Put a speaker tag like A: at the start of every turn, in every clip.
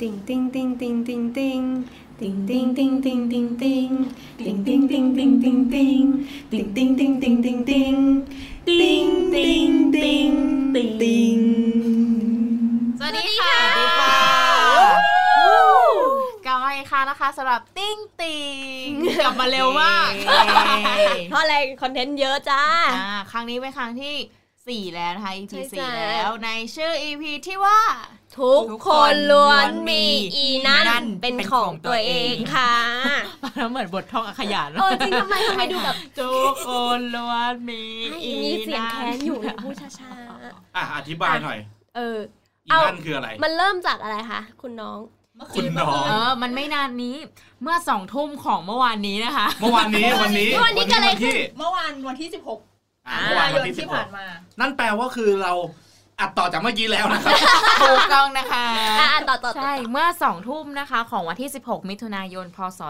A: ติงติงติงติงติงติงติงติงติงติงติงติงติงติงติงติงติงติงติงติงติงติงติงติงติงติงติงติง
B: สวัสดีค่ะกลับมาอีกครั้งนะคะสำหรับติ้งติง กลับมาเร็วมาก
C: เพราะอะไรคอนเทนต์เยอะจ้า
B: อ่าครั้งนี้เป็นครั้งที่สี่แล้วนะคะ EP
C: ใช่
B: สี่
C: จ้ะ
B: แล้วในชื่อ EP ที่ว่า
C: ทุกคนล้วนมีอีนั่นเป็นของตัวเองค่ะ
B: แล้วเหมือนบทท่องอาขยาน
C: เออจริงทำไมทำไมดูแบบ
B: ทุกคนล้วนมีอี
C: มีเสียงแค้นอยู่พูดช้า
D: อ่ะอธิบายหน่อย
C: ๆ เออ
D: อี
C: เอา
D: นั่นคืออะไร
C: มันเริ่มจากอะไรคะคุณน้อง
D: คุณน้อง
B: เออ มันไม่นานนี้เมื่อสองทุ่มของเมื่อวานนี้นะคะ
D: เมื่อวานนี้วันนี้
C: วันนี้เกิดอะไรขึ้น
E: เมื่อวานวันที่ 16
D: อ่ะเมื่อวานวันที่สิบ
E: ที่
D: ห
E: ผ่าก นมา
D: นั่นแปลว่าคือเราอัดต่อจากเมื่อกี้แล้วนะครับ
B: ถูกต้องนะคะ
C: อ่ะต่อต่อต่อ
B: ใช่ เมื่อ 2 ทุ่มนะคะ ของวันที่ 16 มิถุนายน พศ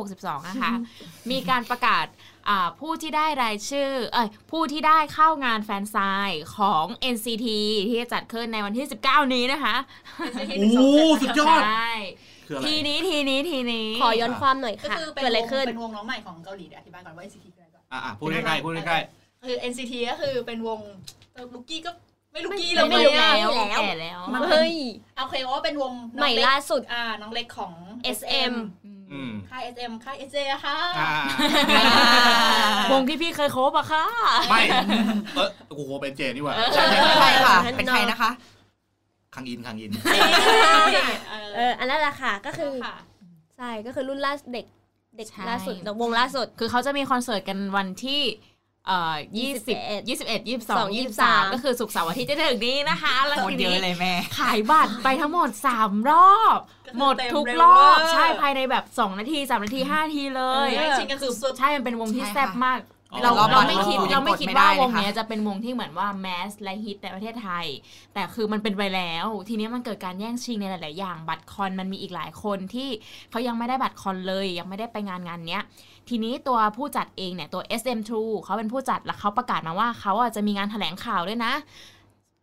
B: 2562 นะคะ มีการประกาศอ่าผู้ที่ได้รายชื่อ เอ้ย ผู้ที่ได้เข้างานแฟนไซน์ของ NCT ที่จะจัดขึ้นในวันที่ 19 นี้นะคะ
D: โอ้โหสุดยอด
B: ใช่
D: คืออะไร
B: ทีนี้ทีนี้ทีนี้
C: ขอย้อนความหน่อย
E: ก็
C: ค่ะ
E: คือเป็น
C: เกิดอะไรขึ้น
E: เป็นวงน้องใหม่ของเกาหลีเดี๋ยวอธิบายก่อนว่า NCT คืออะไรก่อน
D: อ่ะอ่ะพูดใกล้ๆพูดใกล้
E: คือ NCT ก็คือเป็นวงเออลูกกี้ก็ไม่ลูกกี้
C: ไม่
E: แล้ว
C: ไม่
E: ไม่
C: รู้
E: รู้
C: แล้ว
B: แก่แล้ว
C: เฮ้ย
E: เอาเคยว่าเป็นวงน้อง
C: ใหม่
E: เก
C: ล่าสุด
E: อ่าน้องเล็กของ
C: SM
D: ๆอืม
E: ค่าย SM ค่าย SJ อะค่ะ
D: อ่ะ
B: วงที่พี่เคยโคบอะค่ะ
D: ไม่เออกูโคเป็นเจนี่หว่า
B: ใช่
F: ใช่ค่ะ
C: ท่าน
F: เป็น
C: น้อง
F: ใครนะคะ
D: คังอินคังอิน
E: เอ
C: เอ
E: อ
C: ออันนั้นแหละค่ะ ก็คือ
E: ค่ะ
C: ใช่ก็คือรุ่นล่าสุดเด็กเด็ก
B: ใช่
C: ล่าสุดวงล่าสุด
B: คือเขาจะมีคอนเสิร์ตกันวันที่เอ่อยี่สิบ
C: 21
B: ยี่สิบเอ็ดยี่สิบสองยี่สิบสาม
C: 23
B: ก็คือสุกร์เสาร์อาทิตย์จะถึงนี้นะคะ แล้ว
F: โคต
B: ที
F: รเยอะ
B: นี้
F: เลยแม่
B: ขายบัตรไปทั้งหมด 3 รอบ หมดทุกรอบ ใช่ภายในแบบ 2 นาที 3 นาที 5 นาทีเล
E: เอย อจริงก็คือสุด
B: ใช่มันเป็นวงที่
F: ใช่ค่ะ
B: แซ่บมาก
D: อ๋อ
B: เรา
D: รอบ
B: เรา
D: ก่อน
B: ไม่คิด
D: รอบก่อน
B: เราไม่คิด
F: ยังกด
B: ว่า
F: ไม่ได้
B: ว
F: เลย
B: ง
F: ค่ะ
B: เนี้ยจะเป็นวงที่เหมือนว่าแมสและฮิตในประเทศไทย แต่คือมันเป็นไปแล้ว ทีนี้มันเกิดการแย่งชิงในหลาย ๆ อย่าง บัตรคอนมันมีอีกหลายคนที่เขายังไม่ได้บัตรคอนเลย ยังไม่ได้ไปงานงานเนี้ย ทีนี้ตัวผู้จัดเองเนี่ยตัว SM True เขาเป็นผู้จัดแล้วเขาประกาศมาว่าเขาอ่ะจะมีงานแถลงข่าวด้วยนะ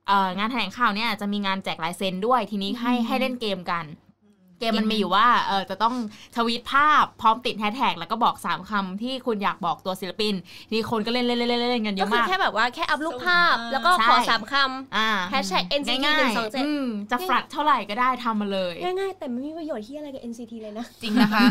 B: เอ่องานแถลงข่าวเนี่ยจะมีงานแจกลายเซ็นด้วย ทีนี้ให้ให้เล่นเกมกัน เกมมันมีอยู่ว่าเออจะต้องทวีตภาพพร้อมติดแฮชแท็กแล้วก็บอก 3คำที่คุณอยากบอกตัวศิลปินทีนี้คนก็เล่นเล่นเล่นเล่นเล่นกันเย
C: ก็
B: อะ
C: คือ
B: มาก
C: แค่แบบว่าแค่อัพรูปภาพแล้วก็ขอ
B: ใช่
C: สามค
B: อ่า
C: hashtag NCT
B: ง่าย
C: 127
B: ๆอืมจะฟลัดเท่าไหร่ก็ได้ทำมาเลย
C: ำง่ายๆ แต่ไม่มีประโยชน์ที่อะไรกับ NCT เลยนะ
F: จริงนะคะ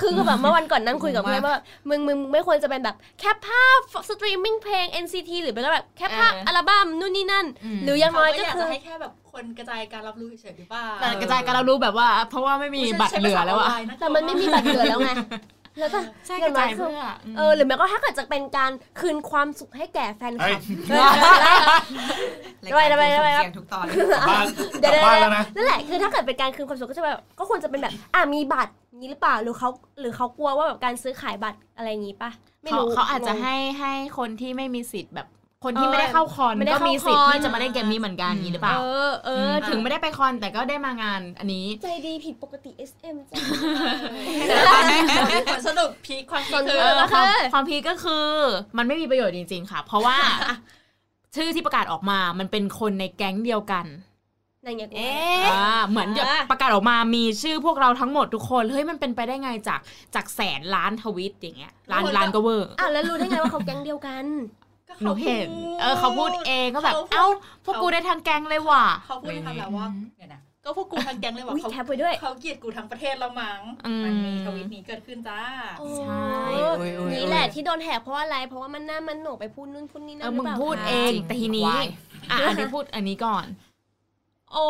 C: คือแบบเมื่อวันก่อนนั่งคุยกับเพื่อนว่ามึงมึงมึงไม่ควรจะเป็นแบบแค่ภาพสตรีมมิ่งเพลง NCT หรือเป็นแบบแค่ภาพอัลบั้มนู่นนี่นั่น
B: ม
C: หรืออย่าง
E: เขา
C: น้อย
E: ก็
C: ก็
E: อยาก
C: คื
E: จะ
C: อ
E: ให้แค่แบบคนกระจายการรับรู้เฉยๆหรือเปล่า
B: แต่กระจายการเรารู้แบบว่า เพราะว่าไม่มีบัตรเหลือแล้วอะ
C: แต่มันไม่มีบัตรเหลือแล้วไงแล้วก็
B: ใช่
C: อก
B: ระ
C: ย่างน้
B: จา
C: อย
B: ย
C: คือ
B: เพื่ออืม
C: เออหรือแม้ก็ถ้าเกิดจะเป็นการคืนความสุขให้แก่แฟนค
D: เฮ้ย
C: ลับด้วยด้วยด้วยครับ
F: เสียงทุกตอน
D: กลับบ้าน
C: เดี๋ยว
D: กลับบ้านแล้วนะ
C: นั่นแหละคือถ้าเกิดเป็นการคืนความสุขก็จะแบบก็ควรจะเป็นแบบอ่ะมีบัตรนี้หรือเปล่าหรือเขาหรือเขากลัวว่าแบบการซื้อขายบัตรอะไรอย่างงี้ปะไม่
B: เขา
C: รู้
B: เขาอาจจะให้ให้คนที่ไม่มีสิทธิ์แบบ คนที่
C: เออ
B: ไม่ได้เข้าคอน
C: ไม่ได้
B: ก็
C: เข้า
B: มีสิทธิ์
C: คอน
B: ที่จะมาเล่นเกมนี้เหมือนกันอย่างนี้หรือเป
C: เอ
B: ล่า
C: อเออ
B: ถึงไม่ได้ไปคอนแต่ก็ได้มางานอันนี้
C: ใจดีผิดปกติ SM จ้ะ
E: ผลสรุปพีคความพีคคือ
C: เออ
B: ความ
C: เออ
B: ความพีคก็คือมันไม่มีประโยชน์จริง ๆ ค่ะ เพราะ ว่า ชื่อที่ประกาศออกมามันเป็นคนในแก๊งเดียวกัน
C: นั่นไงกู
B: อ่าเหมือนแบบ
C: อ่า
B: ประกาศออกมามีชื่อพวกเราทั้งหมดทุกคนเฮ้ยมันเป็นไปได้ไงจากจากแสนล้านทวิตอย่างเงี้ยล้าน
E: ทุกคนก็
B: ล้านก็เวอร์
C: อ้าวแล้วรู้ได้ไงว่าเขาแก๊งเดียวกัน
E: ก็
B: หนู
E: ขาพูด
B: เห็น เออเขาพูดเองก็แบบ
E: ขพูด
B: เอ้า พวกกูได้ทางแกงเลยว่ะ
E: เขาพูดในคำแบบว่าเดี๋ยวนะก็พวกกูทางแก๊งเลยว่า
C: อุ้ย
E: เขา
C: แคปไว้ด้วย
E: เขาเกลียดกูทั้งประเทศแล้วมั้ง
B: อืม
E: มันมีทวิตนี้เกิดขึ้นจ้า
B: ใช่
C: โอ้
F: โอ้ยโอ้ย
C: นี่แหละที่โดนแหกเพราะอะไรเพราะว่ามันหน้ามันโหนกไปพูดนู่นพูดนี่
B: เอ
C: นั่
B: อ
C: นห
B: มึ
C: รือง เปล่า
B: พูด
C: คะ
B: เองแต่ทีนี้
F: ควาย
B: อ่ะอันนี้พูดอันนี้ก่อน
C: โอ้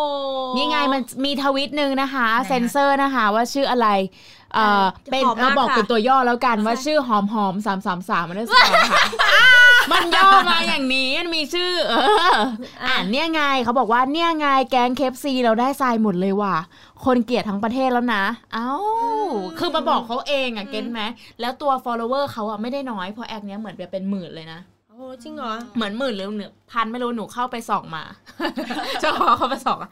B: นี่ไงมันมีทวิตหนึ่งนะคะเซนเซอร์นะคะว่าชื่ออะไร เออเป็นเราบอกเป็นตัวย่อแล้วกันว่าชื่อหอมหอมสามสามสามมันได้สองค่ะ มันย่อมาอย่างนี้มันมีชื่อ เออ อ่านเนี่ยไงเขาบอกว่าเนี่ยไงแก๊งเคฟซีเราได้ทรายหมดเลยว่ะ คนเกลียดทั้งประเทศแล้วนะ เอ้า คือมาบอกเขาเองอะเก็ตไหมแล้วตัว follower เขาอะไม่ได้น้อยเพราะแอคเนี้ยเหมือนจะเป็นหมื่นเลยนะ
C: โอ้จริงเหรอ
B: เหมือนหมื่นหรือหนึ่งพันไม่รู้หนูเข้าไปส่องมา เจ้าของเข้าไปส่องอะ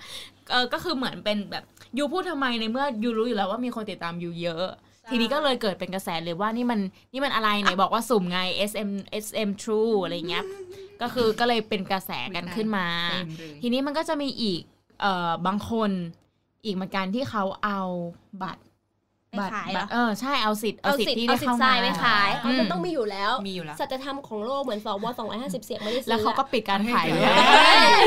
B: เออก็คือเหมือนเป็นแบบยูพูดทำไมในเมื่อยูรู้อยู่แล้วว่ามีคนติดตามยูเยอะ ทีนี้ก็เลยเกิดเป็นกระแสเลยว่านี่มันนี่มันอะไรไหนบอกว่าสุ่มไง SM SM True อะไรเงี้ยก็คือก็เลยเป็นกระแสกันขึ้นมา ทีนี้มันก็จะมีอีกเอ่อบางคน อีกเหมือนกันที่เขาเอาบัตร
C: ไปขายเหร
B: บั
C: อ
B: ตรเออใช่เอาสิทธิ์
C: เอาสิท
B: ทธิ์
C: ธิ์
B: ที่
C: เอา
B: ได้
C: สิท
B: เข้า
C: ธิ์ทรายไป
B: มา
C: ขาย
B: อืม
C: มันต้องมีอยู่แล้ว
A: มีอยู่แล้ว
C: สัจธรรมของโลกเหมือนสว250 เสียงไม่ได้ซื้อ
B: แล้วเขาก็ปิดการขาย
A: ไม่
B: เล
A: ได้
B: ย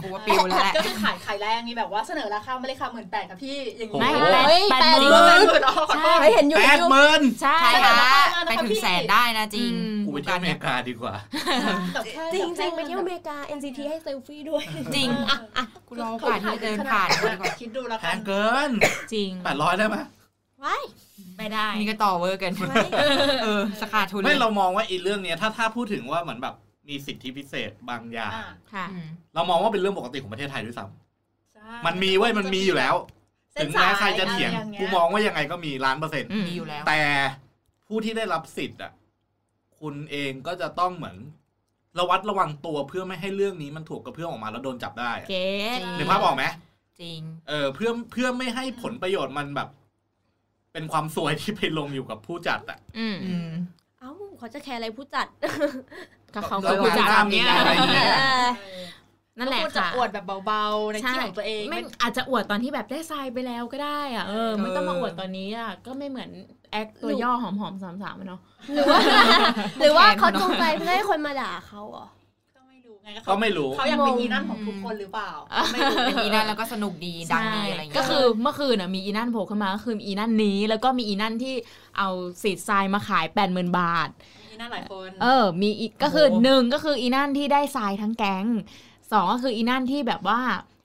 A: กูว่าปิวแล้วแหละ
E: ก็คือขายขายแรงนี่แบบว่าเสนอราคาไม่เลยค่ะหมื่นแปดค่ะพี่อย่างนี้
B: ไม่
E: ไม่
B: แปด
C: เฮ้ย
B: แปด
C: แปด
B: ห
C: ห
B: มื่น
C: มื่น
E: หมื่นอ๋อขอโทษ
C: ไปเห็นอยู่
D: แป
C: ใน
D: ด
C: รูป
D: หมื่น
B: ใช่
A: ใช่
E: ค่ะ
A: ค่ะไปถึงแสนได้นะจริง
D: กูไปเที่ยวอเมริกาดีกว่า
E: แต่แค่
C: จริงจริงๆไป
E: แต่แค่
C: เที่ยวอเมริกา NCT ให้เซลฟี่ด้วย
A: จริง
E: เอออ่ะ
A: กูรอโอกาสที่จะเดินผ่านดีกว่า
E: คิดดูแล้ว
D: แพ
E: กัน
D: งเกิน
B: จริง
D: แปดร้อยได้ไหม
C: ว้าย
B: ไม่ได้
A: นี่ก็ต่อเวอร์กันเออสขาดทุนลย
D: ไม่เรามองว่าไอีเรื่องเนี้ยถ้าถ้าพูดถึงว่าเหมือนแบบมีสิทธิพิเศษบางอย่าง
E: อ่ะ
B: ค่ะ
A: อืม
D: เรามองว่าเป็นเรื่องปกติของประเทศไทยด้วยซ้
E: ใช่
D: ำมันมีเว้ยมันมีอยู่แล้ว
E: เส้
D: ถึ
E: น
D: ง
E: สา
D: แม้ใครจะเถียง
E: ะไา
D: กูมองว่ายังไงก็มีล้านเปอร์เซ็นต์
A: มีอยู่แล้ว
D: แต่ผู้ที่ได้รับสิทธิ์อ่ะ คุณเองก็จะต้องเหมือน ระวัดระวังตัวเพื่อไม่ให้เรื่องนี้มันถูกกระเพื่อมออกมาแล้วโดนจับได้อะ
B: เก๋
D: นึกภาพออกไหม
A: จริง
D: เออเพื่อเพื่อไม่ให้ผลประโยชน์มันแบบ เป็นความซวยที่ไปลงอยู่กับผู้จัดอ่ะ
B: อืม
A: อืม
C: เอ้าเขาจะแคร์อะไรผู้จัด
B: ก็เขา
D: ก็
B: ก็
D: คุ
B: ผู้
D: ณ
B: จัด
D: ห้ามมี
B: เนี่ย
D: งานอะไรอย่างเงี้ย
C: เออ
B: นั่นแหละ
E: ก็ควรจะ
B: ค่ะ
E: อวดแบบเบาๆในที่ของตัวเอง
B: ไม่
E: ไม่
B: อาจจะอวดตอนที่แบบได้ทรายไปแล้วก็ได้อะเออ
A: เออ
B: ไม่ต้องมาอวดตอนนี้อะก็ไม่เหมือนแอคตัวย่อหอมๆสามๆอะเนาะ
C: หรือว่าหรือว่าเขาจงใจเพื่อให้คนมาด่าเขาเหรอ
E: ก็ไม่รู้ไงก็
D: ก็
E: เขา
D: ไม่รู้
E: เขายังเป็นอีนั่นของทุกคนหรือเปล่าไม่รู้
A: เป็นอีนั่นแล้วก็สนุกดีดังดีอะไรเงี้ย
B: ก็คือเมื่อคืนน่ะมีอีนั่นโผล่ขึ้นมาก็คืออีนั่นนี้ แล้วก็มีอีนั่นที่เอาสีดทรายมาขาย 8 0,000 บาท
E: มีหน้าหลายคน
B: เออ มีอีกก็คือหนึ่งก็คืออีนั่นที่ได้ทรายทั้งแก๊งสองก็คืออีนั่นที่แบบว่า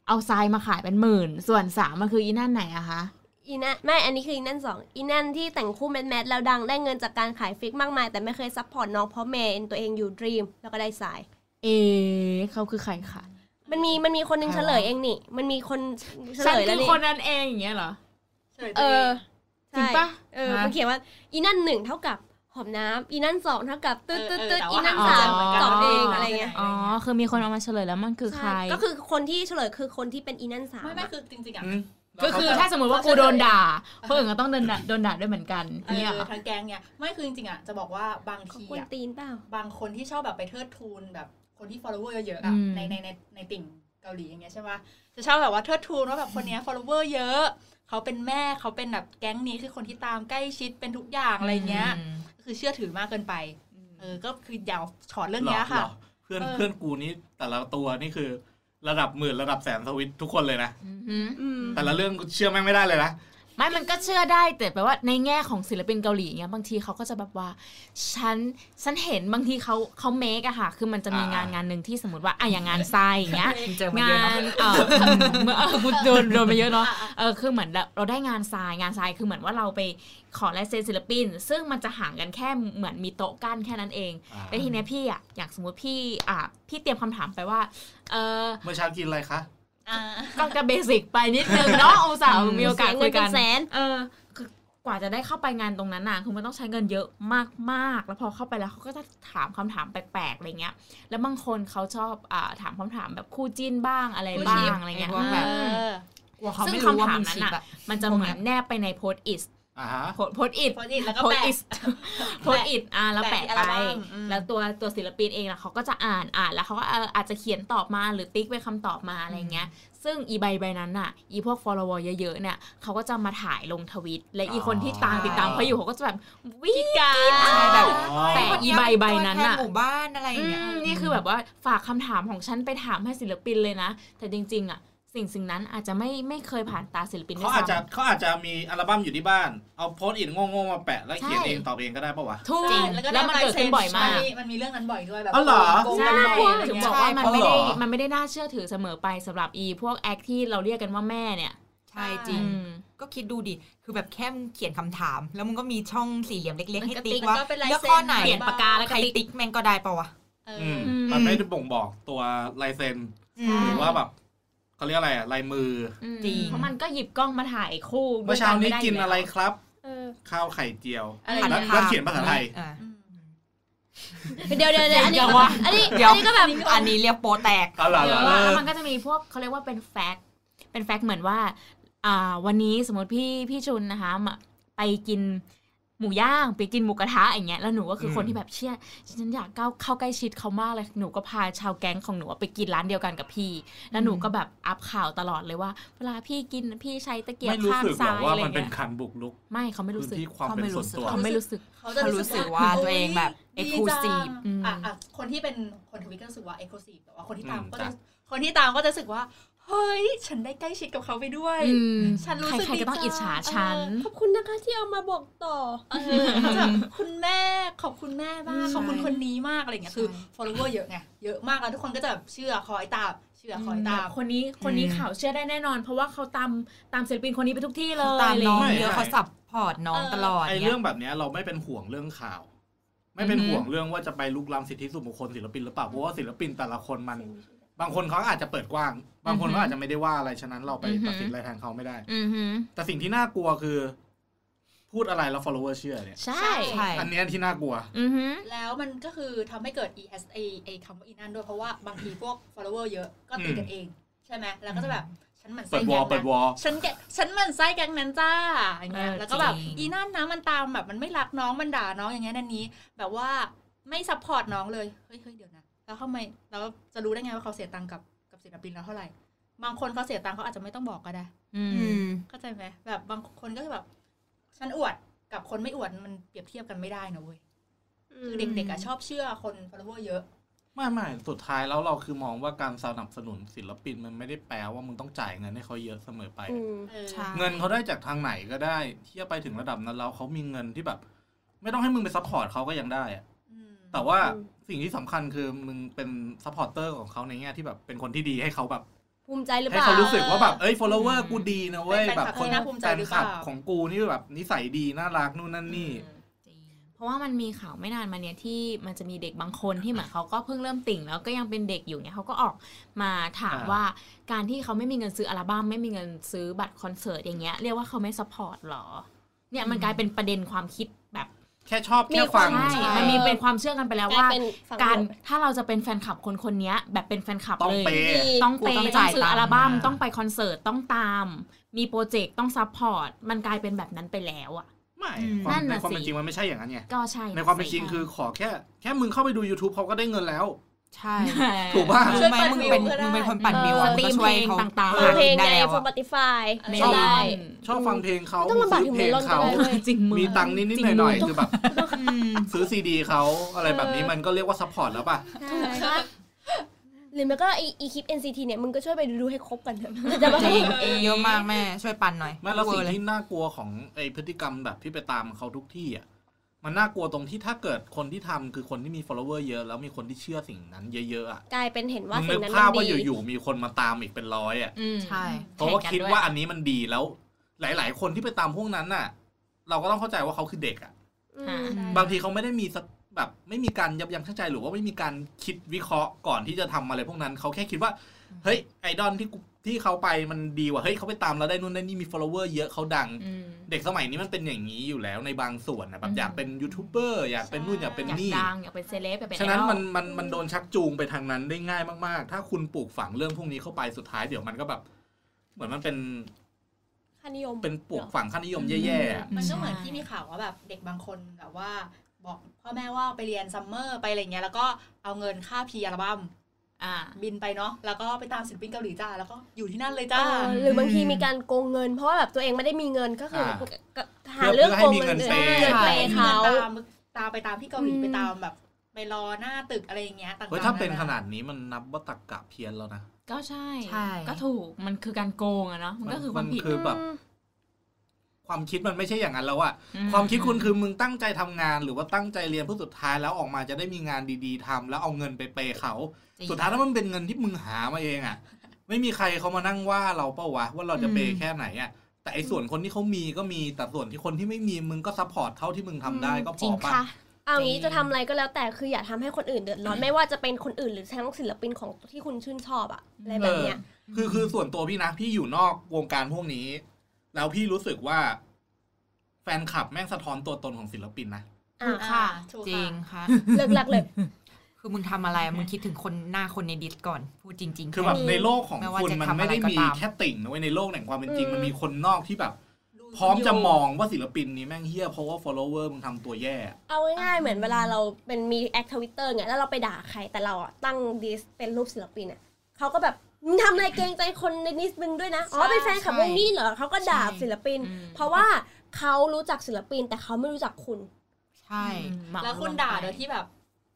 B: เอาทรายมาขายเป็นหมื่น ส่วนสามมันคืออีนั่นไหนอะคะ
C: อีนั่นไม่ อันนี้คืออีนั่นสองอีนั่นที่แต่งคู่แมทแมทแล้วดังได้เงินจากการขายฟิกมากมาย แต่ไม่เคยซัพพอร์ตน้องเพราะเมนตัวเองอยู่ดรีมแล้วก็ได้สาย
B: เอะเขาคือใครคะ
C: มันมีมันมีคนหนึงเฉลยเองนี่ มันมีคนเฉ
B: ฉัน
C: ลยแล้
B: คือ
C: วนี่
B: คนนั้นเองอย่างเงี้ยเหรอ
E: เฉยๆ
C: เออ
B: จริงปะ
C: ใช่เออมันเขียนว่าอีนั่นหนึ่งเท่ากับหอมน้ำอีนั่นสองเท่ากับตืดตืดตืด
E: แต่
C: อี
E: ว่า
C: นั่น
E: ห
C: สาม
E: ใจเห
B: ส
E: มืนกัน
C: ตอบเอง
E: ว่า
C: อะไรเงี้ย
B: อ๋อ คือมีคนเอามาเฉลยแล้วมันคือใคร
C: ใช่ก็คือคนที่เฉลยคือคนที่เป็นอีนั่นสาม
E: ไม่ไม่คือจริงๆอ่ะ
D: อืม
B: ก็คือถ้าสมมติว่ากูโดนด่าคนอื่นก็ต้องโดนด่าโดนด่าด้วยเหมือนกัน
E: เอ
B: เนี่ย
E: อทางแกงเนี่ยไม่คือจริงๆอ่ะจะบอกว่าบาง
C: เขา
E: ที
C: ควร
E: อ่ะ
C: ตีนเปล่า
E: บางคนที่ชอบแบบไปเทิดทูนแบบคนที่ follower เยอะๆอ่ะในในในในติ่งเกาหลีอย่างเงี้ยใช่ปะจะชอบแบบว่าเทิดทูนว่าแบบคนเนี้ย follower เยอะ เขาเป็นแม่เขาเป็นแบบแก๊งนี้คือคนที่ตามใกล้ชิดเป็นทุกอย่างอะไรเงี้ยคือเชื่อถือมากเกินไปเออก็คืออย่าถอดเรื่องเนี้ยค่ะ
D: หรอเพื่อน
E: เออ
D: เพื่อนกูนี่แต่ละตัวนี่คือ ระดับหมื่นระดับแสนสวิตช์ทุกคนเลยนะ
B: อืมอืม
C: อืม
D: แต่ละเรื่องกูเชื่อแม่งไม่ได้เลยนะ
B: ไม่มันก็เชื่อได้ แต่แปลว่าในแง่ของศิลปินเกาหลีเนี่ยบางทีเขาก็จะแบบว่า ฉัน ฉันเห็นบางทีเขาเขาเมคอะค่ะ คือมันจะมีงาน
D: อ่า
B: งานหนึ่งที่สมมติว่าอะอย่างงานทรายอย่างเงี้ย
A: เจอมาเยอะ
B: งาน
A: เนาะ
B: เออเออกูโดนโดนมาเยอะเนาะ เออ คือเหมือนแบบเราได้งานทราย งานทรายคือเหมือนว่าเราไปขอลายเซ็นศิลปิน ซึ่งมันจะห่างกันแค่เหมือนมีโต๊ะกั้นแค่นั้นเอง
D: อ่า
B: แล้วทีเนี้ยพี่อ่ะอย่างสมมติพี่อ่ะพี่เตรียมคำถามไปว่า เออ
D: เมื่อเช้ากินอะไรคะ
E: อ่า
B: ก็จะเบสิกไปนิดนึงเนาะอุตส่าห์
A: อืม
B: มีโอกาส
C: เสีย
B: คุย
C: เงิน
B: กัน
C: เป็นแสน
B: เออคือกว่าจะได้เข้าไปงานตรงนั้นน่ะคือมันต้องใช้เงินเยอะมากๆ แล้วพอเข้าไปแล้วเขาก็จะถามคำถามแปลกๆอะไรเงี้ย แล้วบางคนเขาชอบอ่าถามคำถามแบบคู่จิ้นบ้างอะไร
E: คู่
B: บ้า
E: ชิป
B: งอะไรเงี้ย
A: ไอ้พวกแบบ
B: เออ
A: กลัวเขา
B: ซึ่ง
A: ไม่รู้ว่า
B: คำถาม
A: มึง
B: นั้น
A: ชิ
B: น่ะ
A: ปอะ
B: มันจะเหมือนแนบไปในโพสอิส
D: อ่าฮะ
B: โพสอิส
E: โพสต์อินแล้วก็
B: โพส
E: แปะ
B: อิสโพสอิสอ่ะแล้วแปะ
E: แปะที่อั
B: ไป
E: ลบั้มอืม
B: แล้วตัวตัวศิลปินเองนะเขาก็จะอ่านอ่านแล้วเขาก็เอ่ออาจจะเขียนตอบมาหรือติ๊กไปนคำตอบมาอะไรเงี้ย ซึ่งอีใบใบนั้นน่ะ อีพวก follower เยอะๆเนี่ยเขาก็จะมาถ่ายลงทวิต และอีคนที่ตามติดตามเขาอยู่เขาก็จะแบบวิงกรีด
A: ใช่แบบ
D: อ๋อ
B: แต่อีใบใบนั้น
A: ตัวแท
B: น่ะ
A: หมู่บ้านอะไรอ
B: อื
A: ย่างเงี้ย
B: มนี่คือแบบว่าฝากคำถามของฉันไปถามให้ศิลปินเลยนะ แต่จริง ๆ อ่ะ สิ่งสิ่งนั้นอาจจะไม่ไม่เคยผ่านตาศิลปินด้วย
D: เขาอาจจะ
B: ซ้ำ
D: เขาอาจจะมีอัลบั้มอยู่ที่บ้าน เอาโพสต์อินโง่ๆมาแปะแล้วเขียน
B: ใช่
D: เองตอบเองก็ได้ปะวะ
B: ถูก
E: ใช่
B: แล้
E: แล้ว วก็
B: มันเกิดขึ้นบ่อยมาก
E: มันมีเรื่องนั้นบ่อยด้วยแบบ
D: อ๋อเหรอ
E: โกง
B: ใช่
E: กันบ่อยอะไร
B: ถึงบ
E: เงี้ย
B: อกว่ามันไม่ได้
D: ใช่
B: มันไม่ได้น่าเชื่อถือเสมอไปสำหรับอีพวกแอคที่เราเรียกกันว่าแม่เนี่ย
A: ใช่จริง
B: อืม
A: ก็คิดดูดิ คือแบบแค่มึงเขียนคำถาม แล้วมึงก็มีช่องสี่เหลี่ยมเล็กๆ ให้ติ๊ก
E: มัน
A: ว่า
E: ก็เป็นลาย
A: เลือก
E: เซ็น
A: ข้อไหน
B: เปลี่ยนปากกาแล้วก็
A: ใคร
B: ติ๊ก
A: ติ๊กแม่งก็ได้ปะวะ
E: เอ
D: อื
E: อ
D: ม
E: อ
B: ม
D: มันไม่ได้บ่งบอกตัวลายเซ็น
A: อื
E: ใช่
A: ม
D: หรือว่าแบบเขาเรียกอะไรอะลายมือ
B: อืม
A: จริง
B: เพราะมันก็หยิบกล้องมาถ่ายคู่
D: เมื่อเช้านี้กินอะไรครับ
C: เออ
D: ข้าวไข่เจียว
E: อะไร
A: หัน
E: เงี้ย
A: ข้ง
D: แล้วเขียนภาษาไทย
A: อ่ะ
E: อืม
C: เดี๋ยวเดี๋ยวเดี๋ยวอันนี้
A: อย่าว่า
C: อันนี้
A: เดี๋ยว
C: อันนี้ก็แบบ
A: อันนี้เรียกโปรแตก
D: เอาล่ะ
B: เย
D: เอา
B: อะ
D: ล่ะ
B: อะแล้วมันก็จะมีพวกเขาเรียกว่าเป็นแฟกต์เป็นแฟกต์เหมือนว่า อ่า วันนี้สมมติพี่พี่ชุนนะคะมาไปกิน หมูย่างไปกินหมูกระทะอย่างเงี้ยแล้วหนูก็คืออ
D: ม
B: คนที่แบบเชี่ยฉันอยากก้าวเข้าใกล้ชิดเขามากเลยหนูก็พาชาวแก๊งของหนูอะไปกินร้านเดียวกันกับพี่ แล้วหนูก็แบบอัพข่าวตลอดเลยว่า เวลาพี่กินพี่ใช้ตะเกียบ
D: ไม่รู้
B: ข้าง
D: สึกหร
B: ซ้า
D: อ
B: ย
D: กว่า
B: อะไร
D: มันเป็น
B: เงี้ย
D: การบุกลุก
B: ไม่เขาไม่รู้
D: พื้น
B: สึก
D: ที่ความเป็นส่วนตัว
B: เขาไม่รู้สึก
E: เขาจะ
A: เขารู้สึกว่าตัวเองแบบ
E: โย
A: exclusive
E: ดีจัง
B: อืม
E: อ่ะอ่ะคนที่เป็นคนทวิตก็รู้สึกว่าเอกลูซีฟแต่ว่าคนที่ตาม
D: อืม
E: ก็จะ
D: จ้ะ
E: คนที่ตามก็จะรู้สึกว่า เฮ้ย ฉันได้ใกล้ชิดกับเขาไปด้วย
B: อืม
E: ฉันรู้สึก
B: ใครๆก็ต้อง
E: ดีจัง
B: อิจฉาฉัน
C: ขอบคุณนะคะที่เอามาบอกต่อ
E: เออเขาจะแบบคุณแม่ขอบคุณแม่มาก
B: ใช่
E: ขอบคุณคนนี้มากอะไรเงี้ย
A: ใช่
E: คือ follower เยอะไงเยอะมากแล้วทุกคนก็จะแบบเชื่อคอยตามเชื่อคอยตาม
B: คนนี้คนนี้
A: อืม
B: ข่าวเชื่อได้แน่นอน เพราะว่าเขาตามตามศิลปินคนนี้ไปทุกที่เล
A: เขา
B: ย
A: ตามน้อง
B: ะไร
A: เย
B: เงี้ย
A: อะเขาซัพพอร์ตน้อง
E: เออ
A: ตลอด
D: ไอ้
A: เนี่ย
D: เรื่องแบบเนี้ยเราไม่เป็นห่วงเรื่องข่าว ไม่เป็น
B: อือฮึ
D: ห่วงเรื่องว่าจะไปลุกล้ำสิทธิส่วนบุคคลศิลปินหรือเปล่าเพราะว่าศิลปินแต่ละคนมัน บางคนเขาอาจจะเปิดกว้าง บางคนเขาอาจจะไม่ได้ว่าอะไรฉะนั้นเราไปตัดสินอะไรแทนเขาไม่ได้
B: อือหือ
D: แต่สิ่งที่น่ากลัวคือ พูดอะไรแล้ว follower เชื่อเนี่ย
B: ใช่
E: ใช่
A: ใช่
D: อันเนี้ยที่น่ากลัว
B: อือหือ
E: แล้วมันก็คือทำให้เกิด ESA ไอคำว่าอีนั่นด้วยเพราะว่าบางทีพวก follower เยอะก็ตีกันเอง ใช่ไหมแล้วก็จะแบบ ฉันหมัน
D: เปิ
E: ไส้
D: ดว
E: แก๊
D: อง ลเปิ
E: นั้
D: ด
E: น
D: วอล
E: ฉันแกฉันหมันไส้แก๊งนั้นจ้าอย่างเงี้ย
B: เออ
E: แล้วก็แบบ
A: จริง
E: อีนั่นนะมันตามแบบมันไม่รักน้องมันด่าน้องอย่างเงี้ยนันนี้ แบบว่าไม่ซัพพอร์ตน้องเลยเฮ้ยเฮ้ยเดี๋ยวนะแล้วทำไมเราจะรู้ได้ไงว่าเขาเสียตังค์กับกับศิลปินแล้วเท่าไหร่บางคนเขาเสียตังค์เขาอาจจะไม่ต้องบอกก็ได้
A: อืม
E: เข้าใจไหมแบบบางคนก็จะแบบ ฉันอวดกับคนไม่อวดมันเปรียบเทียบกันไม่ได้นะเว้ย คือเด็กๆอะชอบเชื่อคน follower เยอะ
D: ไม่ไม่สุดท้ายแล้วเราคือมองว่าการสนับสนุนศิลปินมันไม่ได้แปลว่ามึงต้องจ่ายเงินให้เขาเยอะเสมอไป
A: ใช่
D: เงินเขาได้จากทางไหนก็ได้เทียบไปถึงระดับนั้นแล้วเขามีเงินที่แบบ ไม่ต้องให้มึงไปซัพพอร์ตเขาก็ยังได้อะ
E: อืม
D: แต่ว่า
C: อืม
D: สิ่งที่สำคัญคือมึงเป็นซัพพอร์เตอร์ของเขาในแง่ที่แบบเป็นคนที่ดีให้เขาแบบ
C: ภูมิใจหรือเป
D: ให้
C: ล่า
D: เขารู้สึกว่าแบบเอ้ย follower กูดีนะเว้ย
E: เป็น
D: แบ
E: แฟนคลั
D: บบ คน
E: ที่น่าภูมิใจ
D: แฟน
E: หรือ
D: ค
E: เป
D: ลั
E: ล่า
D: บของกูนี่แบบนิสัยดีน่ารักนู่นนั่นนี่
B: เพราะว่ามันมีข่าวไม่นานมาเนี้ยที่มันจะมีเด็กบางคนที่เหมือนเขาก็เพิ่งเริ่มติ่งแล้วก็ยังเป็นเด็กอยู่เนี่ยเขาก็ออกมาถาม
D: อ่า
B: ว่าการที่เขาไม่มีเงินซื้ออัลบั้มไม่มีเงินซื้อบัตรคอนเสิร์ตอย่างเงี้ยเรียกว่าเขาไม่ซัพพอร์ตหรอ เนี่ยมันกลายเป็นประเด็นความคิดแบบ
D: แค่ชอบแค่ฟัง
B: ใช่
A: ใช่
B: มันมีเป็นความเชื่อกันไปแล้ว
C: กลาย
B: ว่า
C: เป็นฝั่ง
B: การ
C: เดียว
B: ถ้าเราจะเป็นแฟนคลับคนคนเนี้ยแบบเป็นแฟนคลับ
D: ต้อง
B: เลย
D: เปย์
B: ต้อง
A: กู
B: เปย์
A: ต้อง
B: ต้อ
A: จ่าง ย
B: ซื้อ
A: ตังค์
B: อัลบั้ม
D: มา
B: ต้องไปคอนเสิร์ตต้องตาม มีโปรเจกต์ต้องซัพพอร์ตมันกลายเป็นแบบนั้นไปแล้วอ่ะ
D: ไม่
A: อืม
D: ความ
B: นั่น
D: ใน
B: น่ะ
D: ความเป็น
B: สิ
D: จริงมันไม่ใช่อย่างนั้นไง
B: ก็ใช่
D: ในความเป็นจริง
B: สิ
D: คือขอแค่ แค่มึงเข้าไปดู YouTube เขาก็ได้เงินแล้ว
A: ใช่
D: ถูกป่ะ
A: รู้ไหมมึงเป็นมึงเป็นคนปั่นวิว
B: ส
A: อะ
B: ตรี
A: ก็
B: ม
A: ช่
B: เพ
A: ว
B: ล
A: ย
B: ง
A: เขา
B: ต่าง
A: เออ
C: ฟังเพลง
A: ได้
C: ใน
A: แล้วอะ
C: Spotify
B: ๆ
E: ชอบ
B: ได้
D: ชอบฟังเพลงเขา
C: ไม่ต้องลำบาก
D: ซื้อเพล
C: ถึงเงิน
D: ง
C: ร่อนก็
D: เขา
C: ได้เว้ย
B: จริงมือ
D: มีตังค์นิดๆหน่อย
B: จริง
D: ๆคือแบบ
A: อืม
D: ซื้อซีดีเขาอะไรแบบนี้มันก็เรียกว่าซัพพอร์ตแล้วป่ะ
C: หรือไม่ก็ไอ้อีคลิป NCT เนี่ยมึงก็ช่วยไปดูให้ครบ กันเถอะจะมา
A: จริงเยอะมากแม่ช่วยปั่นหน่อย
D: ไม่แล้วสิ่ง
A: เอร์เย
D: ที่น่ากลัวของไอพฤติกรรมแบบที่ไปตามเขาทุกที่อ่ะมันน่ากลัวตรงที่ถ้าเกิดคนที่ทำคือคนที่มี follower เยอะ แล้วมีคนที่เชื่อสิ่งนั้นเยอะๆอ่ะ
C: กลายเป็นเห็นว่า
D: มึงนึ
C: สิ่ง
D: ก
C: นั้น
D: ภาพ
C: มั
D: ว่าน
C: ดี
D: อยู่ๆมีคนมาตามอีกเป็นร้อยอ่ะ
B: อืม
A: ใช่
D: เพราะว่า
B: แข่งกัน
D: คิด
B: ด้วย
D: ว่าอันนี้มันดีแล้ว หลาย ๆ คนที่ไปตามพวกนั้นน่ะ เราก็ต้องเข้าใจว่าเขาคือเด็กอ่ะ
C: อืม
A: อืม
D: บางทีเขาไม่ได้มีสักแบบไม่มีการยับยั้งชั่งใจหรือว่าไม่มีการคิดวิเคราะห์ก่อนที่จะทำอะไรพวกนั้นเขาแค่คิดว่าเฮ้ยไอดอลที่กูที่เขาไปมันดีว่ะเฮ้ยเขาไปตามเราได้นู่นได้นี่มี follower เยอะเขาดัง
B: อืม
D: เด็กสมัยนี้มันเป็นอย่างนี้อยู่แล้วในบางส่วนนะแบ
B: อื
D: บ
B: ม
D: อยากเป็นยูทูบเบอร์อยากเป็นนู่นอยากเป็น
B: อยาก
D: นี่
B: ดังอยากเป็นเซเลบอยากเป็น
D: ฉะนั้น
B: ไอดอล
D: มันมันมันโดนชักจูงไปทางนั้นได้ง่ายมาก ๆ ถ้าคุณปลูกฝังเรื่องพวกนี้เข้าไปสุดท้ายเดี๋ยวมันก็แบบ เหมือนมันเป็น
C: ค่านิยม
D: เป็นปลูกฝังค่านิยมแย่ๆอะ
E: มันก็เหมือนที่มีข่าวว่าแบบเด็กบางคนแบบว่า บอกพ่อแม่ว่าไปเรียนซัมเมอร์ไปอะไรเงี้ยแล้วก็เอาเงินค่าพีอัลบั้ม
B: อ่า
E: บินไปเนาะแล้วก็ไปตามศิลปินเกาหลีจ้าแล้วก็อยู่ที่นั่นเลย
C: เอ
E: จ้า
C: อหรือบางทีมีการโกงเงิน เพราะว่าแบบตัวเองไม่ได้มีเงินก็คืออา ก็หาเรื่องโกงเงิน
D: เพื่อให้มีเงินเปย์
C: เงินเปย์เขา
E: ตามตามไปตามที่เกาหลี
C: อืม
E: ไปตามแบบ ไปรอหน้าตึกอะไรอย่างเงี้ยต่างๆ
D: เฮ้ยถ้าเป็น
E: ะ
D: ขนาดนี้มันนับว่าตักกะเพี้ยนแล้วนะ
B: ก็ใช่
A: ใช่
B: ก็ถูกมันคือการโกงอะเนาะมันก็คือความผิด
D: มันคือแบบ ความคิดมันไม่ใช่อย่างนั้นแล้วอะความคิดคุณคือมึงตั้งใจทำงาน หรือว่าตั้งใจเรียนเพื่อสุดท้ายแล้วออกมาจะได้มีงานดีๆทำแล้วเอาเงินไปเปย์เขา
A: จริง
D: สุดท้ายถ้ามันเป็นเงินที่มึงหามาเองอะ่ะ ไม่มีใครเขามานั่งว่าเราเป้าวะว่าเราจะเปย์แค่ไหนอะ่ะ แต่ไอ้ส่วนคนที่เขามีก็มีแต่ส่วนที่คนที่ไม่มีมึงก็ซัพพอร์ตเท่าที่มึงทำได้ก็พ
B: จริ
D: อง ปะ
B: ค่ะ
C: เอางี้
B: จริง
C: จะทำอะไรก็แล้วแต่คืออย่าทำให้คนอื่นเดือดร้อนไม่ว่าจะเป็นคนอื่นหรือทั้งศิลปินของที่คุณชื่นชอบอะอะไรแบบเนี้ย
D: คือคือส่วนตัวพี่นะ พี่อยู่นอกวงการพวกนี้ แล้วพี่รู้สึกว่า แฟนคลับแม่งสะท้อนตัวตนของศิลปินนะ
E: อ่า
C: อ่ะ
E: อ่า
A: จ
E: ถูก
A: ริง
E: ค่ะ
A: ค่ะ
C: เลิกลักเลย
A: คือมึงทำอะไรมึงคิดถึงคนหน้าคนในดิสก่อน พูดจริง ๆ
D: คือแบบในโลกของ
A: ไม่ว่า
D: คุณ
A: จะ
D: มัน
A: ทำอะไร
D: ไม่ได้มี
A: ก็ตาม
D: แค่ติ่งนะเว้ยในโลกแห่งความเป็นจริง
C: อืม
D: มันมีคนนอกที่แบบ
E: ดู
D: พร้อมจะมองว่าศิลปินนี้แม่งเฮี้ยเพราะว่า follower มึงทำตัวแย่
C: เอาง่ายๆเหมือนเวลาเราเป็นมีแอคทวิตเตอร์ไงแล้วเราไปด่าใครแต่เราอ่ะตั้งดิสเป็นรูปศิลปินอ่ะเขาก็แบบมึงทำอะไรเกรงใจคนในนิดนึงด้วยนะอ๋อ
B: ใช่
C: เป็นแฟนคลับวงนี้เหรอเขาก็ด่า
F: ใช่
C: ศิลปิน
B: อืม
C: เพราะว่าเขารู้จักศิลปินแต่เขาไม่รู้จักคุณ
F: ใช่
B: เหมา
E: แล้วคุณด่าโด
B: ล
E: ย
B: งไป
E: ที่แบบ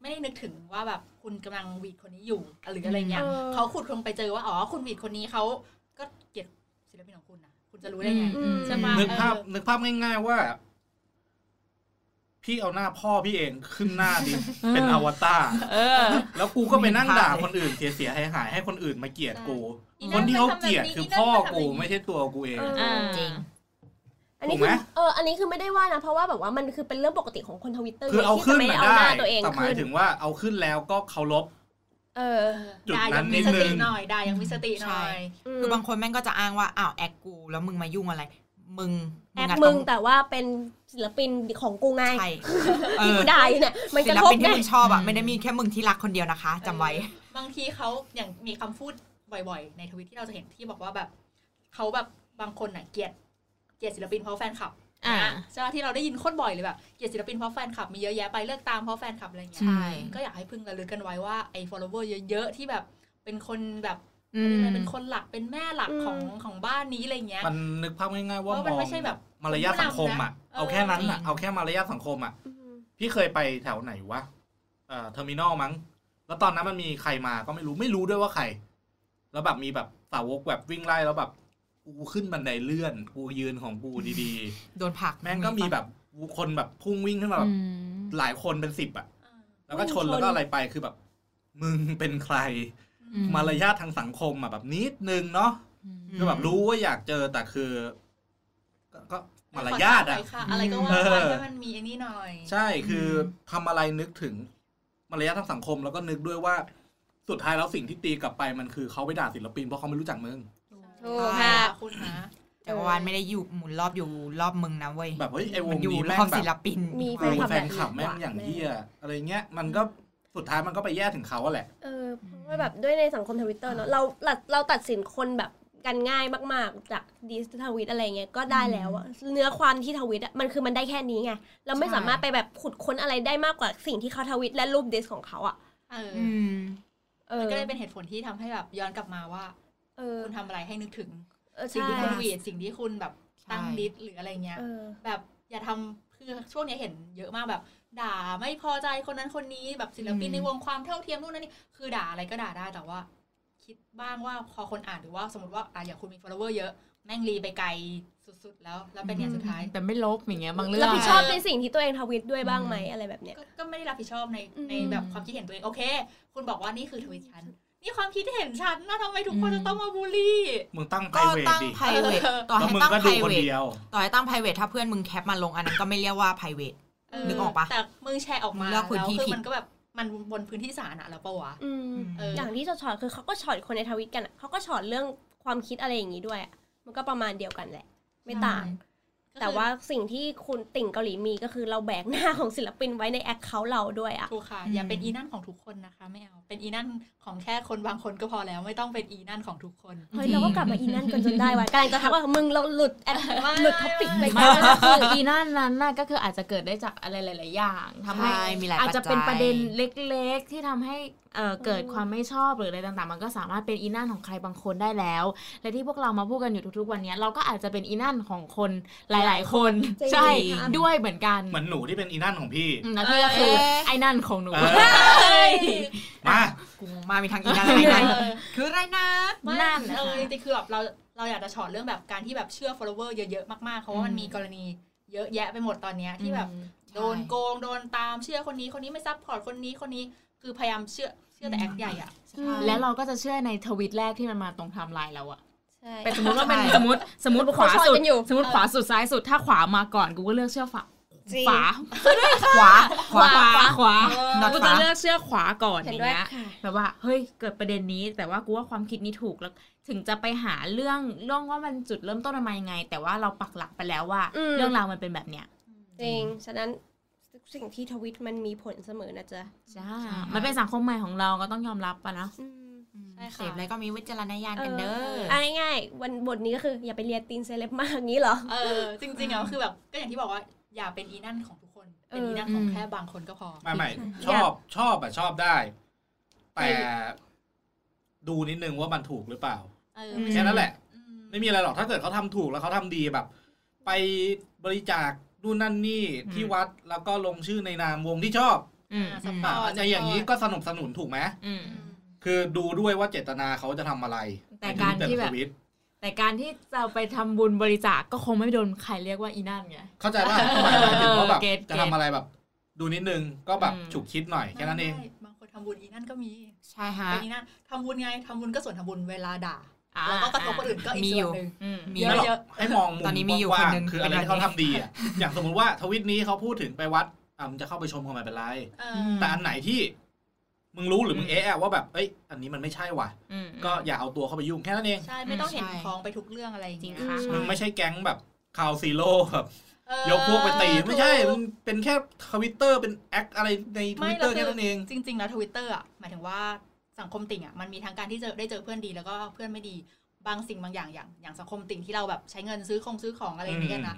E: ไม่ได้นึกถึงว่าแบบคุณกำลังหวีดคนนี้อยู่หรืออะไรเงี้ย
C: เออ
E: เขาขุดลงไปเจอว่าอ๋อคุณหวีดคนนี้เขาก็เกลียดศิลปินของคุณนะคุณจะรู้ได้ไง
B: อืม
E: จะมา
D: นึกภาพ
E: เออ
D: นึกภาพง่ายๆว่า พี่เอาหน้าพ่อพี่เองขึ้นหน้าดิเป็นอวตาร
B: เออ
D: แล้วกูก็ไปนั่งด่าคนอื่นเสียๆหายๆให้คนอื่นมาเกลียดกู
E: อี
D: คนที่เขาเกลียด
E: นั่น
D: คือ
E: มันทำแบบนี้
D: พ่อ
E: นั่นมันทำแบบ
D: กู
E: นี้
D: ไม่ใช่ตัวกูเอง
C: เออ
B: อ่า
F: จริง
C: อันนี้
D: ถูก
C: คื
D: ไหม
C: อเอออันนี้คือไม่ได้ว่านะ เพราะว่าแบบว่ามันคือเป็นเรื่องปกติของคนทวิตเตอร์
D: คือเอาขึ้น
C: ที่จะไม่
D: มา
C: ได้เอาห
D: ได้
C: น้าตัวเอง
D: แต่หมาย
C: ขึ้น
D: ถึงว่าเอาขึ้นแล้วก็เคารพ
C: เออ
D: จุด
E: ด่า
D: นั้
E: ยั
D: น
E: ง
D: นิ
E: มี
D: ด
E: ส
D: นึ
E: ติ
D: ง
E: หน่อยด่ายังมีสติหน่อย
F: คือบางคนแม่งก็จะอ้างว่าอ้าวแอคกู แล้วมึงมายุ่งอะไร มึง
C: แอค
F: ะ
C: มึ
F: ต้
C: งแต่ว่าเป็นศิลปินของกูไง
F: ใช่เอ
C: ที่
F: อ
C: กูได้เนี่ยมัน
F: ศิ
C: กระ
F: ล
C: ทบ
F: ปิน
C: ไง
F: ที่มึงชอบอ่ะไม่ได้มีแค่มึงที่รักคนเดียวนะคะจำไว้
E: เออบางทีเขาอย่างมีคำพูดบ่อยๆ ในทวิตที่เราจะเห็นที่บอกว่าแบบเขาแบบบางคนน่ะเกลียดเกลียดศิลปินเพราะแฟนคลับ
B: อ่า
E: ใช่ไหมที่เราได้ยินโคตรบ่อยเลยแบบเกลียดศิลปินเพราะแฟนคลับมีเยอะแยะไปเลือกตามเพราะแฟนคลับอะไรอย่างเงี้ย
B: ใช่
E: ก็อยากให้พึงระลึกกันไว้ว่าไอ้ follower เยอะๆ ที่แบบเป็นคนแบบ
B: อืม
E: เป็นคนหลักเป็นแม่หลักของของบ้านนี้อะไรเงี้ย
D: มันนึกภาพง่ายๆว่า
E: เพราะ
D: ม
E: มัน
D: อง
E: ไม่ใช่แบบ
D: มารยาทสังคมอ่ะ
E: ผู้นำนะ
D: เอาแค่นั้นอ่ะ
B: เออ
D: เอาแค่มารยาทสังคมอ่ะ
C: อืม
D: พี่เคยไปแถวไหนวะเอ่อเทอร์มินอลมั้ง แล้วตอนนั้นมันมีใครมาก็ไม่รู้ไม่รู้ด้วยว่าใคร แล้วแบบมีแบบสาวกแบบวิ่งไล่แล้วแบบกูขึ้นบันไดเลื่อน กูยืนของกูดี
F: โดนผลัก
D: ๆ แม่งก็มีแบบคนแบบพุ่งวิ่งขึ้นมาแบบ
B: อืม
D: หลายคนเป็นสิบอ่ะ แล้วก็ชนแล้วก็อะไรไปคือแบบ มึงเป็นใคร
B: อืม
D: มารยาททางสังคมอ่ะแบบนิดนึงเนาะ
F: อืม
D: คือแบบรู้ว่าอยากเจอแต่คือ ก็ก็มารยาทอ่ะ
E: ขออะไรก็ว่าไปให้มันมีไอ้นี่หน่อย
D: ใช่คือทำอะไรนึกถึงมารยาททางสังคมแล้วก็นึกด้วยว่า สุดท้ายแล้วสิ่งที่ตีกลับไปมันคือเขาไปด่าศิลปินเพราะเขาไม่รู้จักมึง
C: ถูกค่ะ
E: คุณนะ
F: จักรวาลไม่ได้อยู่หมุนรอบอยู่รอบมึงนะเว้ย
D: แบบเฮ้ยไอว
F: มั
D: ง
F: นอยู่
D: นี้แม่
F: รอบ
D: งแบ
F: ศิล
D: บ
F: ปิน
C: มี
D: โอ้โหแฟ
C: แฟ
D: น
C: น
D: ค
C: ค
D: ลั
C: ลั
D: บบ แม่ง
C: แบบนี้
D: อย่างเหี้ยอะไรเงี้ย มันก็สุดท้ายมันก็ไปแย่ถึงเขาอะแหละ
C: เออเพราะว่าแบบด้วยในสังคมทวิตเตอร์เนาะเราเราเราตัดสินคนแบบกันง่ายมากๆ จากดีสทวิตอะไรเงี้ยก็ได้แล้วอะเนื้อความที่ทวิตอะมันคือมันได้แค่นี้ไงเราไม่
F: ใช่
C: สามารถไปแบบขุดค้นอะไรได้มากกว่าสิ่งที่เขาทวิตและรูปดิสของเขาอะ
E: เออ
F: อืม
C: เอ
E: มั
C: อน
E: ก็เลยเป็นเหตุผลที่ทำให้แบบย้อนกลับมาว่า
C: เออ
E: คุณทำอะไรให้นึกถึง
C: เออ
E: สิ่ง
C: ใช่
E: ที่คุณหวีดสิ่งที่คุณแบบตั้ง
F: ใช่
E: ลิสต์หรืออะไรเงี้ย
C: เออ
E: แบบอย่าทำคือช่วงเนี้ยเห็นเยอะมากแบบ ด่าไม่พอใจคนนั้นคนนี้แบบศิลปิน
F: อืม
E: ในวงความเท่าเทียมนู่นนั่นนี่คือด่าอะไรก็ด่าได้แต่ว่า คิดบ้างว่าพอคนอ่านหรือว่าสมมติว่าอ่ะอย่างคุณมี follower เยอะ แม่งรีไปไกลสุดๆ แล้วแล้วเป็นเนี่ยสุดท้าย
B: แต่ไม่ลบอย่างเงี้ยบางเรื่อง
C: รับผิดชอบในสิ่งที่ตัวเองทวิตด้วยบ้างไหม
B: อืม
C: อะไรแบบเนี้ย
E: ก็ก็ไม่ได้รับผิดชอบใน
C: อืม
E: ในแบบความคิดเห็นตัวเอง โอเค คุณบอกว่านี่คือทวิตฉัน นี่ความคิดเห็นฉันนะทำไมทุกคน
B: อืม
E: จะต้องมาบูลลี่
D: มึงตั้งไพ
F: ก็
D: เวท
F: ตั้ง
D: ดิ
F: ไพรเวท
E: เออ
F: ต่อ
D: แล้ว
F: ให้
D: มึง
F: ตั้ง
D: ก็
F: ไพร
D: ดูคน
F: เวท
D: เดียว
F: ต่อให้ตั้งไพรเวทถ้าเพื่อนมึงแคปมาลงอันนั้นก็ไม่เรียกว่าไพรเวท
E: เออ
F: นึกออกปะ
E: แต่มึงแชร์ออกมา
F: มึงเลื
E: แล้
F: อ
E: ว
F: กพื้
E: คื
F: นที่ผิ
E: อ
F: ด
E: มันก็แบบมันบนพื้นที่สาธารณะแล้วปะวะ
C: อืม
E: เออ
C: อย่างที่ช็อตๆคือเขาก็ช็อตคนในทวิตกันอะเขาก็ช็อตเรื่องความคิดอะไรอย่างนี้ด้วยอะมันก็ประมาณเดียวกันแหละ ไม่ต่าง
E: ก็คือ
C: แต่ว่าสิ่งที่คุณติ่งเกาหลีมีก็คือเราแบกหน้าของศิลปินไว้ในแอคเคาท์เราด้วยอะ
E: ถูกค่ะ
F: อืม
E: อย่าเป็นอีนั่นของทุกคนนะคะไม่เอา เป็นอีนั่นของแค่คนบางคนก็พอแล้ว ไม่ต้องเป็นอีนั่นของทุกคน
C: เฮ้ยเราก็กลับมาอีนั่นกันจนได้ว่ะกำลังจะทักว่ามึงเราหลุดแอค
E: ไม่
C: หลุดท็อปิกไป
B: ไม่
C: แล้ว
B: ก็คืออีนั่นนั้นน่ะก็คืออาจจะเกิดได้จากอะไรหลาย ๆ อย่างทำให้
F: ใช่มีหลาย
B: อาจจะเป็นประเด็น
F: ย
B: เล็ก ๆ ที่ทำให้เอ่อเกิดความไม่ชอบหรืออะไรต่าง ๆ มันก็สามารถเป็นอีนั่นของใครบางคนได้แล้ว และที่พวกเรามาพูดกันอยู่ทุก ๆ วันเนี้ยเราก็อาจจะเป็นอีนั่นของคนหลาย ๆ คน
C: จริง
B: ใช่
C: ค่ะ
B: ด้วยเหมือนกัน
D: เหมือนหนูที่เป็นอีนั่นของพี่
B: อืมแล้วพี่ก็คือ
F: เอ๊ะ
B: ไอ้นั่นของหนู
D: เออ มา
F: กูงงมากมีทางอีนั่นอะไรไหน
E: เออ
F: คืออะไรนะ
E: ไม่
B: นั่นนะ
E: เออ
B: คะ
E: จริงๆคือแบบเราเราอยากจะฉอดเรื่องแบบการที่แบบเชื่อ follower เยอะๆมากๆเพราะว่ามันมีกรณีเยอะแยะไปหมดตอนเนี้ยที่แบบ โดนโกงโดนตามเชื่อคนนี้คนนี้ไม่ซัพพอร์ตคนนี้คนนี้คือพยายามเชื่อเชื่อแต่แอคใหญ่อะ
B: แล้วเราก็จะเชื่อในทวิตแรกที่มันมาตรงไทม์ไลน์เราอะ
C: ใช่
B: เป็นสมมติว่าเป็น
F: ใช่
B: สมมติสมมติขวา
C: เขาชอบ
B: สุด
C: กันอยู่
B: สมมติขวาสุดซ้ายสุดถ้าขวามาก่อนกูก็เลือกเชื่อฝาขวา
F: ขวาข
B: ขวาว
F: า
B: ขวา
F: น็อต
B: กู
F: ข
B: จะ
F: วา
B: เลือกเชื่อขวาก่อนอ
C: เห็น
B: ย่าง
C: ด้วย
B: เงี้ย
C: ค่ะ
B: แบบว่าเฮ้ยเกิดประเด็นนี้ แต่ว่ากูว่าความคิดนี้ถูกแล้วถึงจะไปหาเรื่องเรื่องว่ามันจุดเริ่มต้นมันมายังไง แต่ว่าเราปักหลักไปแล้วว่า
C: อืม
B: เรื่องราวมันเป็นแบบเนี้ย
C: จริงฉะนั้นสิ่งที่ทวิตมันมีผลเสมอนะจ๊ะ
B: จ้ามันเป็นสังคมใหม่ของเราก็ต้องยอมรับปะนะ
C: อืม
E: ใ ช่
F: เส
E: ค่ะ
F: พอะไรก็มีวิจารณญาณกันเด้อ
C: เอาง่ายๆวันบทนี้ก็คืออย่าไปเรียนตีนเซเลบมากอย่างนี้เหรอ
E: เออจริงๆอ่ะคือแบบก็อย่างที่บอกว่าอย่าเป็นอีนั่นของทุกคน เป็นอีนั่นของแค่บางคนก็พอ
D: ไม่ไม่ช
C: อยา
D: อก บชอบอะชอบได้ แต่ดูนิดนึงว่ามันถูกหรือเปล่า
E: เออไม่
D: แค่
E: ใช่
D: นั้นแหละ
E: อืม
D: ไม่มีอะไรหรอกถ้าเกิดเขาทำถูกแล้วเขาทำดีแบบ ไปบริจาคนู่นนั่นนี่
B: อืม
D: ที่วัดแล้วก็ลงชื่อในนามวงที่ชอบ
B: อืม
E: สำหรั
D: อ่ะ
E: บ
D: อันนี้อย่างนี้ก็สนับสนุนถูกไหม
B: อืม
E: อืม
D: คือดูด้วยว่าเจตนาเขาจะทำอะไร
B: แต่การที่แบบ
D: ในชีวิต
B: แต่การที่จะไปทำบุญบริจาคก็คงไม่โดนใครเรียกว่าอีนั่นไง
D: เข้าใจว่าหมายถึงว่าแบบ
B: เออเก็ต
D: จะทำอะไรแบบ ดูนิดนึงก็แบบ
B: อืม
D: ฉุกคิดหน่อยแค่นั้นเอง
E: ไม่บางคนทำบุญอีนั่นก็มี
F: ใช่ฮะ
E: เป็นอีนั่นทำบุญไงทำบุญก็ส่วนทำบุญเวลาด่า
B: อ่า
E: แล้วก็กระทบคนอื่นก็อีก
F: มี
E: ส่
F: อยู่
E: วนหนึ่ง
B: อืม
F: มี
D: ไม่หรอก
E: เยอะๆ
D: ให้มองมุม
F: ตอนนี้มีอยู่
D: กว้าง
F: คนหนึ่ง
D: ๆคืออะไรที่เขาทำดีอ่ะ อย่างสมมติว่าทวิตนี้เขาพูดถึงไปวัดอ่ะมึงจะเข้าไปชมก็ไม่เป็นไร
E: เอ
B: ม
E: อ
D: แต่อันไหนที่ มึงรู้หรือมึงเอะอะว่าแบบเอ้ย อันนี้มันไม่ใช่ว่ะ
B: อืม
D: ก็อย่าเอาตัวเข้าไปยุ่งแค่นั้นเอง
E: ใช่ไม่ต้องเห็น
F: ใช่
E: พ้องไปทุกเรื่องอะไรอย่างเงี้ย
B: จริงค่ะ
E: ใช่
D: มึงไม่ใช่แก๊งแบบคาวซีโร่แบบ
E: เออย
D: กพวกไปตีไม่ใช่
E: ถู
D: มึ
E: ก
D: งเป็นแค่ทวิตเตอร์เป็นแอคอะไรในท
E: ไม่
D: วิตเตอร์
E: แล้วคือ
D: แค่นั้นเอง
E: จริง ๆ แล้วทวิตเตอร์อ่ะหมายถึงว่าสังคมติ่งอ่ะมันมีทั้งการที่เจอได้เจอเพื่อนดีแล้วก็เพื่อนไม่ดีบางสิ่งบางอย่างอย่างอย่างสังคมติ่งที่เราแบบใช้เงินซื้อของซื้อของอะไรอย่างเงี้ยนะ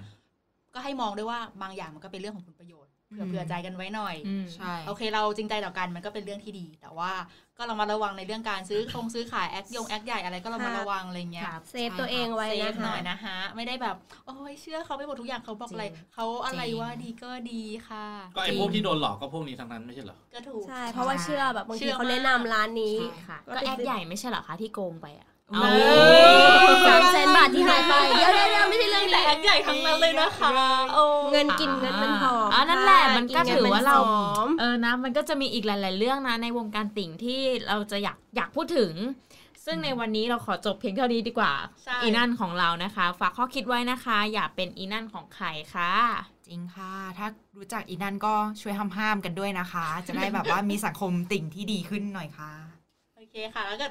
E: ก็ให้มองด้วยว่าบางอย่างมันก็เป็นเรื่องของผลประโยชน์เผื่อเผื่อใจกันไว้หน่อย
B: อืม
F: ใช่
E: โอเคเราจริงใจต่อกันมันก็เป็นเรื่องที่ดี แต่ว่าก็เรามาระวังในเรื่องการซื้อคงซื้อขายแอคยงแอคใหญ่อะไรก็เรามา
C: ค่ะ
E: ระวังอะไรเงี้ย
C: เซฟตัวเองไว้
E: เซ
C: นะ
E: ฟ
C: คะ
E: หน่อยนะฮะ ไม่ได้แบบโอ้ยเชื่อเขาไปหมดทุกอย่างเขาบอกอะไรเขาอะไรว่าดีก็ดีค่ะ
D: ก็ไอ้พวกที่โดนหลอกก็พวกนี้ทั้งนั้นไม่ใช่เหรอ
E: ก็ถูก
C: ใช่เพราะว่าเชื่อแบบบาง
E: เชื่
C: ที
E: อ
C: เขาแนะนำร้านนี้
F: ใช่
B: ค่ะ
C: ก็
B: ก็
C: ไป
B: แอค
C: ซื้อ
B: ใหญ่ไม่ใช่เหรอคะที่โกงไปอ่ะ
F: เอา
C: สามแสนบาทที่หายไปเดี๋ยวเดี๋ยวเดี๋ยวไม่ใช่เรื่อง
E: แต่
C: นี้
E: แอคใหญ่ทั้งนั้นเลยนะคะโอ้
C: เงินกินเงินมันหอม
B: อ่านั่นแหละมันก็
C: กิงิ
B: ถือว่าเรา
C: นหอม
B: เออนะมันก็จะมีอีกหลาย ๆ เรื่องนะในวงการติ่งที่เราจะอยากอยากพูดถึง ซึ่งในวันนี้เราขอจบเพียงเท่านี้ดีกว่า
E: ใช่
B: อีนั่นของเรานะคะ ฝากข้อคิดไว้นะคะ อย่าเป็นอีนั่นของใครค่ะ
F: จริงค่ะ ถ้ารู้จักอีนั่นก็ช่วยห้ามๆกันด้วยนะคะ จะได้แบบว่ามีสังคมติ่งที่ดีขึ้นหน่อยค่ะ
E: โอเคค่ะ แล้วก็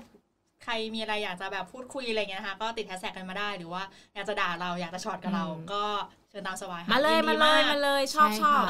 E: ใครมีอะไรอยากจะแบบพูดคุยอะไรเงี้ยนะคะก็ติดแฮชแท็กกันมาได้หรือว่าอยากจะด่าเราอยากจะช็อตกับเรา
B: อืม
E: ก็เชิญตามสบายค่ะ
B: มาเลย
E: น
B: มาเล
E: ดี
B: ย
E: ก
B: มาเลยชอบช
F: ใช่
B: อบ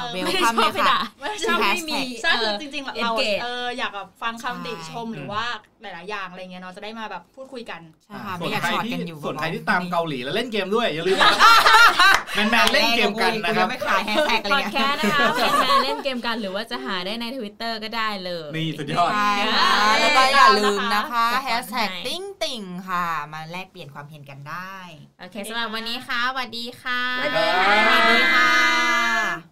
F: ค่ะ
B: ไม่ได้ชอบไปด่า
E: ไม่
F: ช
E: ช
F: อ
E: อ
F: บบ ไม่
E: ไม่
F: มี
E: มี
F: ใช่
E: ใช่
F: คื
E: คือ อ
F: จ
E: จ
F: ริ
E: ริง
F: งๆ
E: ๆ
F: เรา
E: เราเอออยากแบบฟังคำติชม
F: ใช่
E: หรือว่าหลาย ๆ อย่างอะไรเงี้ยเนาะจะได้มาแบบพูดคุยกัน
F: ใช่ค่ะ
D: ส่
F: ไม่
D: วน
F: อยาก
D: ใคร
F: ช็อต
D: ที่
F: กันอยู่
D: ส่วนใครที่
F: บอ
D: ตามเกาหลีแล้วเล่นเกมด้วยอย่าลืมนะครับแมนๆเล่นเกมกันนะครับ
F: ไม่ขายแฮชแท็ก
B: พ
F: อะไร
B: อดแค
F: เงี้ย
B: สต์นะ คะแฟนๆเล่นเกมกันหรือว่าจะหาได้ใน Twitter ก็ได้เลย
D: นี่สุดยอด
F: ใช่ค่ะแล้วก็อย่าลืมนะคะแฮชแท็ก
B: ให้
F: ติ้งติ่งค่ะ มาแลกเปลี่ยนความเห็นกันได้
B: โอเคสำหรับวันนี้ค่ะสวัสดีค่ะ
D: สวัสดีค่ะ
F: สวัสดีค่ะ